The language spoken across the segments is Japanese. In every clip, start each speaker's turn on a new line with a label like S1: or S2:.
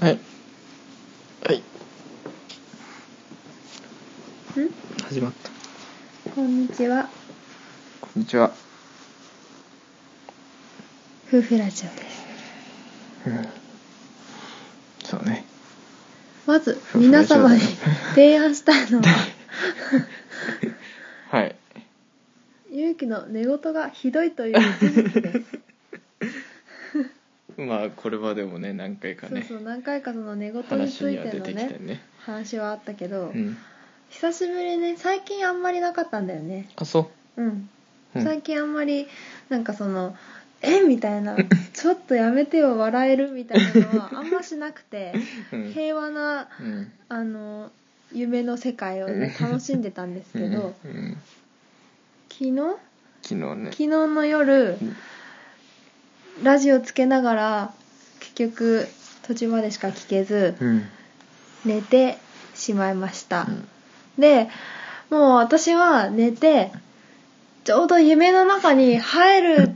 S1: はい。はい。始まった。
S2: こんにちは、
S1: こんにちは。
S2: 夫婦ラジオです。
S1: そうね。
S2: まず
S1: 夫婦ラ
S2: 皆
S1: ジオ
S2: 様に提案したいのは、
S1: はい。
S2: 勇気の寝言がひどいという事実です。
S1: まあこれはでもね何回か
S2: そう
S1: ね
S2: そう何回かその寝言に
S1: 話
S2: つ
S1: に
S2: い
S1: は出
S2: ての
S1: てきた
S2: ね
S1: よね。
S2: 話はあったけ
S1: う
S2: ど、
S1: ん。
S2: 久しぶりね最近あんまりなかったんだよね。
S1: あそ
S2: うん。
S1: う。うん
S2: 最近あんまりなんかそのえみたいなちょっとやめてよ笑えるみたいなのはあんましなくて
S1: うん
S2: 平和な
S1: うん。
S2: あの夢の世界をね楽しんでたんですけど
S1: うんうん
S2: 昨日
S1: 昨日ね
S2: 昨。日の
S1: う
S2: 夜
S1: ん
S2: ラジオつけながら結局途中までしか聞けず
S1: うん。
S2: 寝てしまいました
S1: う、ん
S2: でもう私は寝てちょうど夢の中に入る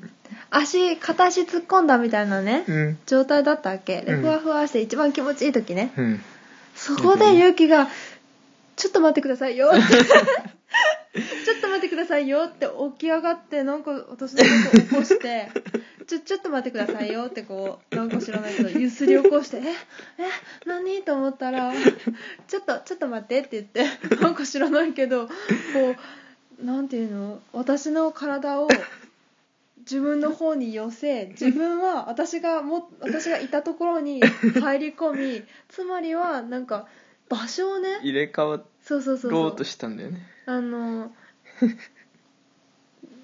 S2: 足片足突っ込んだみたいなね
S1: うん。
S2: 状態だったわけで
S1: うん
S2: ふわふわして一番気持ちいい時ね
S1: うん。
S2: そこで勇気が「ちょっと待ってくださいよ」って「ちょっと待ってくださいよ」って起き上がってなんか私のことを起こして「ちょちょっと待ってくださいよ」ってこうなんか知らないけどゆすり起こして「ええ何?」と思ったら「ちょっとちょっと待って」って言ってなんか知らないけどこうなんていうの私の体 を。自分の方に寄せ自分は私がも私がいたところに入 り込みつまりはなんか場所をね
S1: 入れ替わ
S2: そうそうそう
S1: ろ
S2: そう
S1: うとしたんだよね。
S2: あの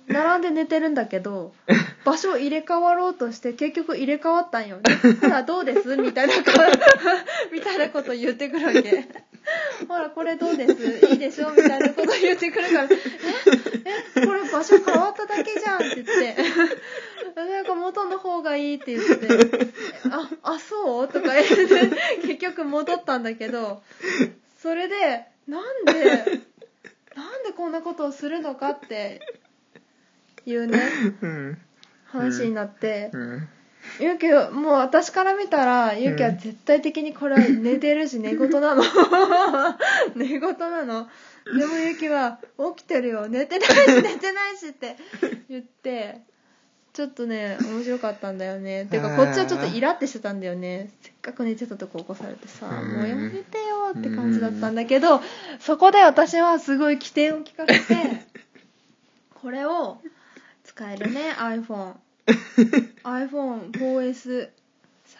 S2: 並んで寝てるんだけど 場所を入れ替わろうとして結局入れ替わったんよ「ほらどうです?」みたいなこ みたいなこと言ってくるわけ「ほらこれどうですいいでしょ?」みたいなこと言ってくるから「ええこれ場所変わっただけじゃん」って言って「なんか元の方がいい」って言って「ああそう?」とか言って結局戻ったんだけどそれでなんでなんでこんなことをするのかっていうね
S1: うん。
S2: 話になって、
S1: うん。
S2: ゆうきはもう私から見たらゆうきは絶対的にこれは寝てるし寝言なの 寝言なのでもゆうきは「起きてるよ寝てないし寝てないし」って言ってちょっとね面白かったんだよねてかこっちはちょっとイラってしてたんだよねせっかく寝てたとこ起こされてさ「
S1: うん
S2: もうやめてよ」って感じだったんだけどそこで私はすごい起点を聞かせ てこれを使えるね iPhone。iPhone4S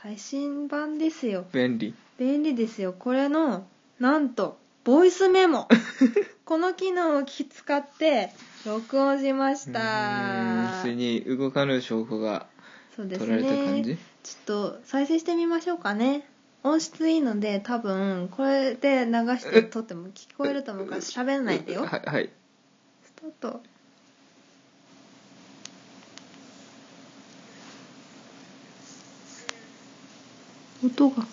S2: 最新版ですよ
S1: 便利。
S2: 便利ですよこれのなんとボイス メモこの機能をき使って録音しまし
S1: うん
S2: た
S1: それに動かぬ証拠が
S2: そうです
S1: 取られた感
S2: ね
S1: じ。
S2: ちょっと再生してみましょうかね音質いいので多分これで流して撮っても聞こえると思うから喋んないでよ
S1: ははい。
S2: スタート音が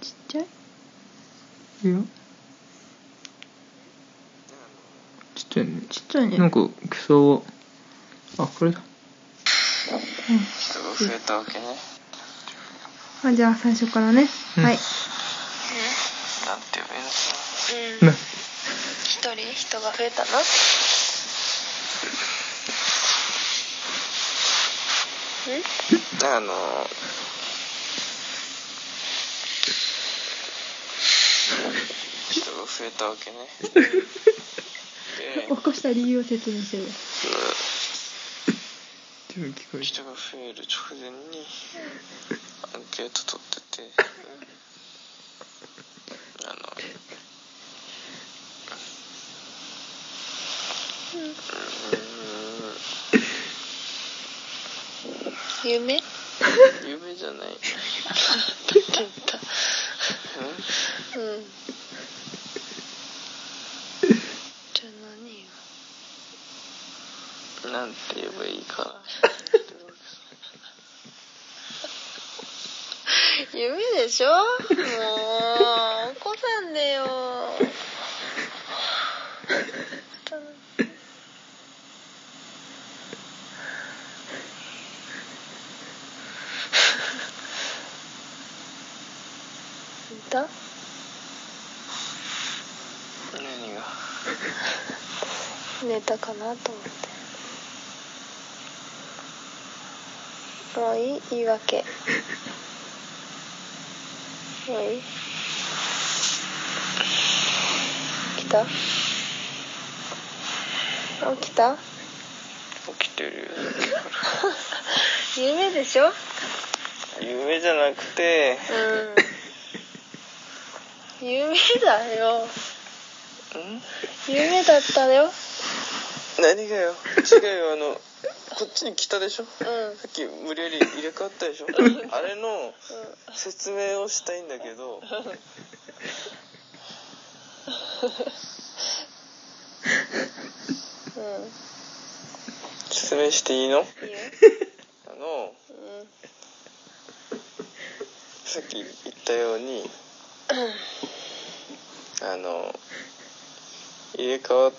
S2: ちっちゃい
S1: いや。ちっちゃいね。
S2: ちっちゃいね
S1: なんかクソあこれだ
S3: 人が増えたわけね。
S2: あじゃあ最初からね、
S1: うん
S2: はい
S3: なんて呼べる
S4: う
S3: の
S4: ん
S1: な
S4: 一人人が増えたの
S3: かな。あの人が増えたわけ ね。で、
S2: 起こした理由を説明してる
S3: そ
S1: 自分聞こ
S3: の人が増える直前にアンケート取ってて、あの。
S4: 夢
S3: うん夢じゃない。うん
S4: うんじゃあ何よ
S3: なんて言えばいいかな。
S4: 夢でしょもう起こさんでよた
S3: 何が
S4: 寝たかなと思ってもういい言い訳もういい起きた起きた
S3: 起きて るよ
S4: 夢でしょうん
S3: 夢じゃなくて
S4: 夢だよ
S3: ん
S4: 夢だったよ
S3: 何がよ違うよあのこっちに来たでしょ
S4: うんうん
S3: さっき無理やり入れ替わったでしょあれの説明をしたいんだけど
S4: う
S3: 説明していい
S4: ん
S3: の
S4: いいよ
S3: あの
S4: うん
S3: さっき言ったようにあの入れ替わっ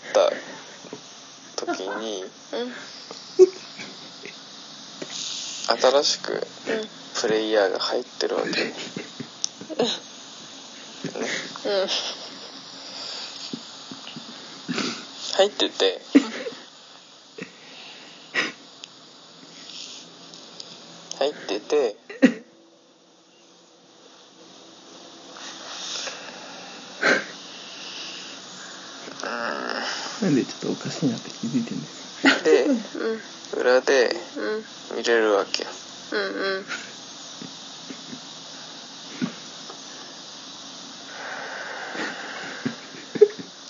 S3: た時に
S4: うん
S3: 新しく
S4: うん
S3: プレイヤーが入ってるわけね
S4: うん
S3: 入ってて入ってて
S1: なんでちょっとおかしいなって気づいてんです
S3: で
S4: うん
S3: 裏で
S4: うん
S3: 見れるわけよ
S4: うんうん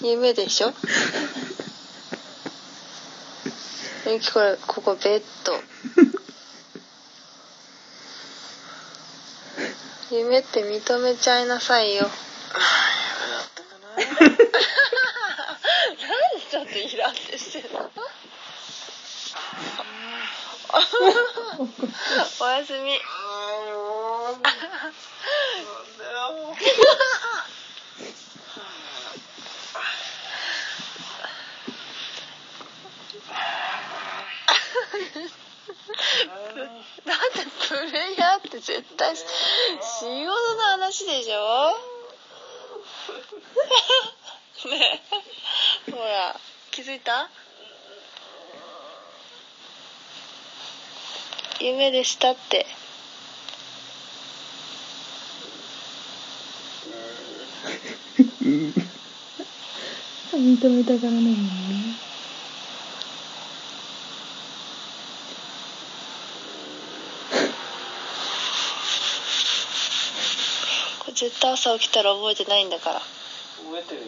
S4: 夢でしょゆきこれここベッド夢って認めちゃいなさいよ なんでちょっとイラってしてんの おやすみだってプレイヤーって絶対仕事の話でしょねえほら気づいた夢でしたって
S2: 認めたからね
S4: これ絶対朝起きたら覚えてないんだから
S3: 覚えてるよ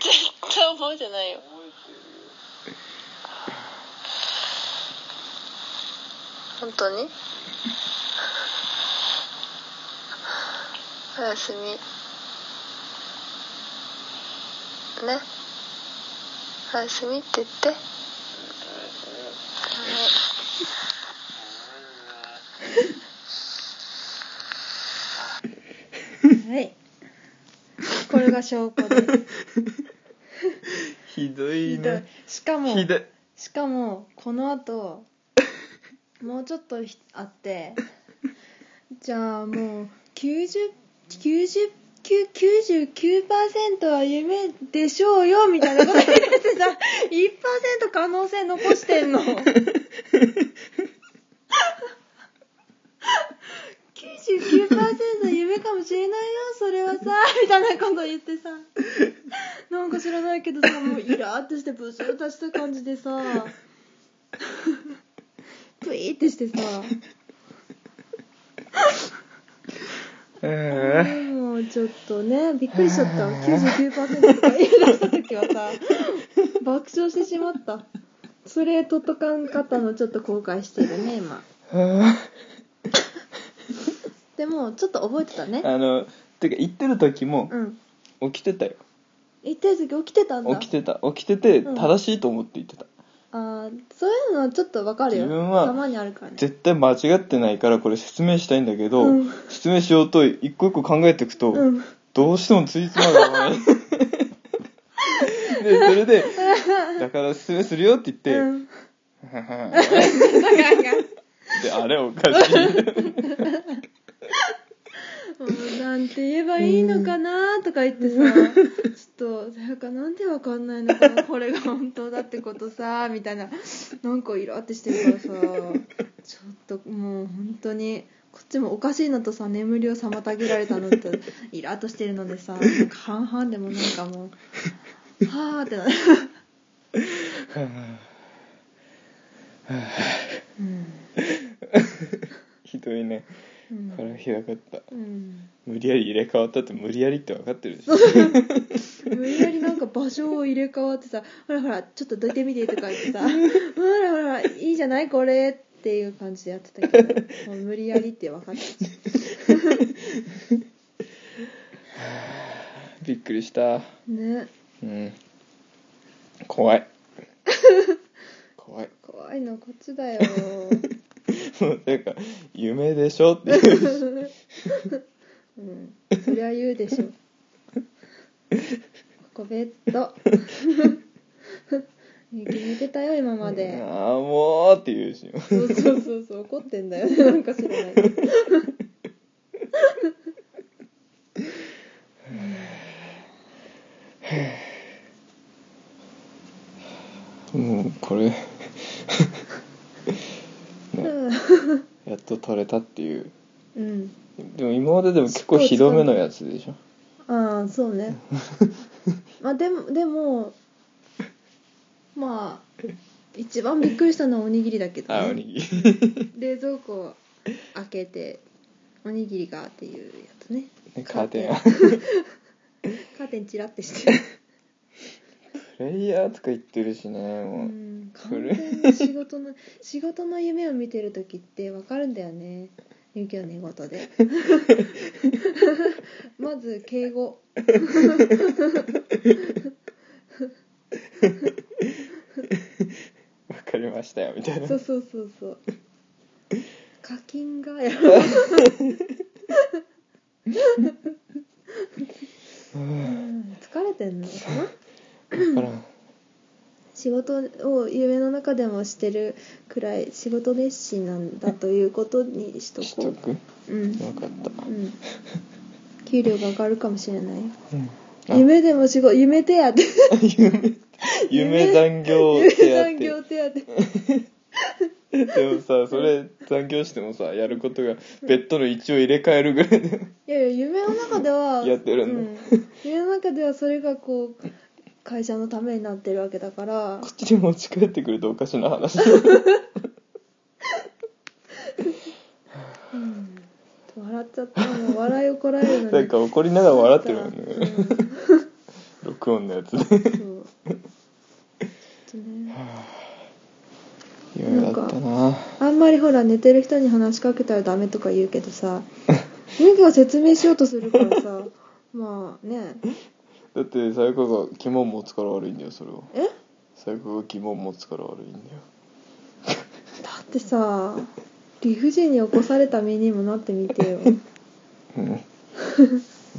S4: 絶対覚えてないよ
S3: 覚えてる
S4: 本
S3: よ
S4: 当 におやすみねおやすみって言って
S2: はいこれが証拠です
S1: ひどい
S2: ひどい
S1: ね
S2: しかも
S1: ひどい
S2: しかもこの後もうちょっとひあってじゃあもう9099%は夢でしょうよみたいなこと言ってさ1%可能性残してんの99%夢かもしれないよそれはさみたいなこと 言ってさなんか知らないけどさもうイラーってしてブスッとした感じ でさプイーってしてさ
S1: え
S2: もうちょっとねびっくりしちゃった99%とか言い出した時はさ爆笑してしまったそれとっとかんかったのちょっと後悔してるね今
S1: ー
S2: でもちょっと覚えてたね
S1: あのてか行ってる時も
S2: うん
S1: 起きてたよ
S2: 行ってる時起きてたんだ
S1: 起きてた起きてて
S2: うん
S1: 正しいと思って言ってた、
S2: あーそういうのはちょっとわかるよ
S1: 自分は
S2: たまにあるからね
S1: 絶対間違ってないからこれ説明したいんだけど、
S2: うん
S1: 説明しようと一個一個考えていくと、
S2: うん
S1: どうしてもついつまが合わ ないでそれで「だから説明するよ」って言って「
S2: うん
S1: であれおかしい
S2: もうななんて言えばいいのかなとか言ってさ、ちょっとさやかなんでわかんないのかなこれが本当だってことさみたいななんかイラってしてるからさちょっともう本当にこっちもおかしいのとさ眠りを妨げられたのとイラっとしてるのでさなんか半々でもなんかもうはーってなる、うん
S1: ひどいね
S2: うん
S1: 腹開かった
S2: うん、
S1: 無理やり入れ替わったって無理やりって分かってるでしょ
S2: 無理やりなんか場所を入れ替わってさ「ほらほらちょっとどいてみて」とか言ってさ「ほらほらほらいいじゃないこれ」っていう感じでやってたけどもう無理やりって分かってた
S1: びっくりした
S2: ね
S1: うん怖 い怖い
S2: 怖いのこっちだよ
S1: もうなんか夢でしょっていう
S2: うんそりゃ言うでしょここベッド雪見てたよ今まで
S1: ああもうっていうし
S2: そうそうそうそう怒ってんだよねなんか知らないけど
S1: もうこれ ねやっと取れたっていう
S2: うん
S1: でも今まででも結構ひどめのやつでしょ
S2: ああそうねまあでもでもまあ一番びっくりしたのはおにぎりだけど、
S1: あお
S2: ね、
S1: にぎり
S2: 冷蔵庫を開けておにぎりがっていうやつね
S1: ねカーテン
S2: カーカーテンチラってして、
S1: プレイヤーとか言ってるしね
S2: う
S1: もう、
S2: ん、完全に仕事の仕事の夢を見てる時ってわかるんだよねゆきは寝言 でまず敬語
S1: わかりましたよみたいな
S2: そうそうそうそう課金がや うん疲れてんのか
S1: だ
S2: な
S1: から
S2: 仕事を夢の中でもしてるくらい仕事熱心なんだということにしと
S1: し
S2: ことう
S1: く
S2: うん
S1: 分かった、
S2: うん給料が上がるかもしれないよ
S1: うんあ
S2: 夢でも仕事夢手当
S1: 夢残業
S2: 夢
S1: 手
S2: 残業
S1: 当
S2: 手当
S1: でもさそれ残業してもさやることがベッドの位置を入れ替えるぐらいで
S2: いやいや夢の中では
S1: やってるんだ
S2: うん、夢の中ではそれがこう会社のためになってるわけだから
S1: こっちに持ち帰ってくるとおかしな話
S2: うん笑っちゃったもう笑いをこらえるのに
S1: なんか怒りながら笑ってるもんね
S2: うんそう
S1: 録音のやつで
S2: ちょっとね
S1: いろいろあったな
S2: あんまりほら寝てる人に話しかけたらダメとか言うけ どさゆきが説明しようとするからさまあね
S1: だってさやかが疑問持つから悪いんだよそれは
S2: え
S1: さやかが疑問持つから悪いんだよ
S2: だってさ理不尽に起こされた身にもなってみ てよ、
S1: うん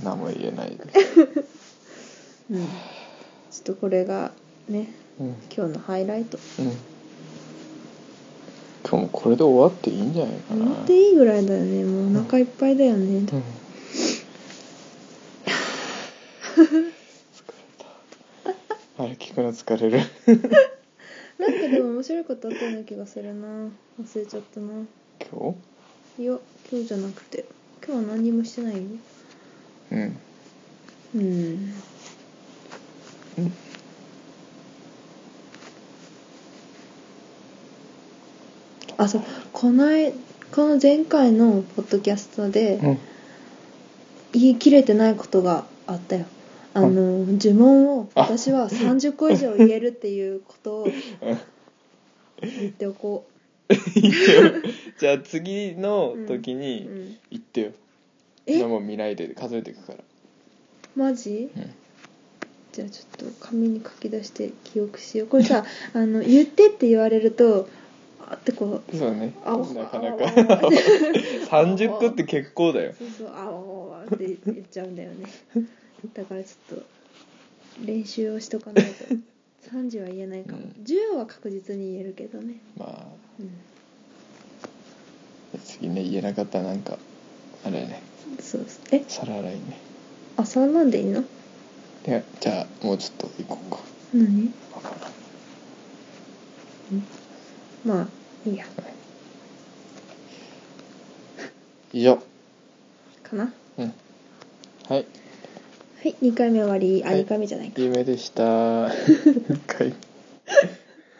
S1: 何も言えないです、
S2: うん、ちょっとこれがね
S1: うんうん、
S2: 今日のハイライト
S1: 今日もこれで終わっていいんじゃないかな
S2: 思っていいぐらいだよねもうお腹いっぱいだよね、
S1: うん疲れたあれ聞くの疲れる
S2: なんかでも面白いことあったような気がするな忘れちゃったな
S1: 今
S2: いや今日じゃなくて今日は何もしてないよ
S1: 日うん
S2: うんあそうこないこの前回のポッドキャストで
S1: うん
S2: 言い切れてないことがあったよあの呪文を私は30個以上言えるっていうことを言っておこ
S1: じゃあ次の時
S2: う、う
S1: に
S2: ん、
S1: 行ってよ、
S2: え
S1: 今もう見ないで数えていくから
S2: マジ、
S1: うん
S2: じゃあちょっと紙に書き出して記憶しようこれさあの言ってって言われるとあってこう
S1: そうね
S2: あ
S1: なかな
S2: あ
S1: か 30個って結構だよ
S2: そうそうあおわって言っちゃうんだよねだからちょっと練習をしとかないと30は言えないかも、
S1: うん
S2: 10は確実に言えるけどね、
S1: まあ
S2: うん、
S1: 次ね言えなかったらなんかあれね
S2: そうえ
S1: 皿洗いね
S2: あそんなんでいいの
S1: いやじゃあもうちょっと行こうか
S2: 何まあいいや
S1: 以上
S2: かなは
S1: うんはい
S2: い2回目終わりあ
S1: はい
S2: 2回目じゃないか
S1: 夢でした一回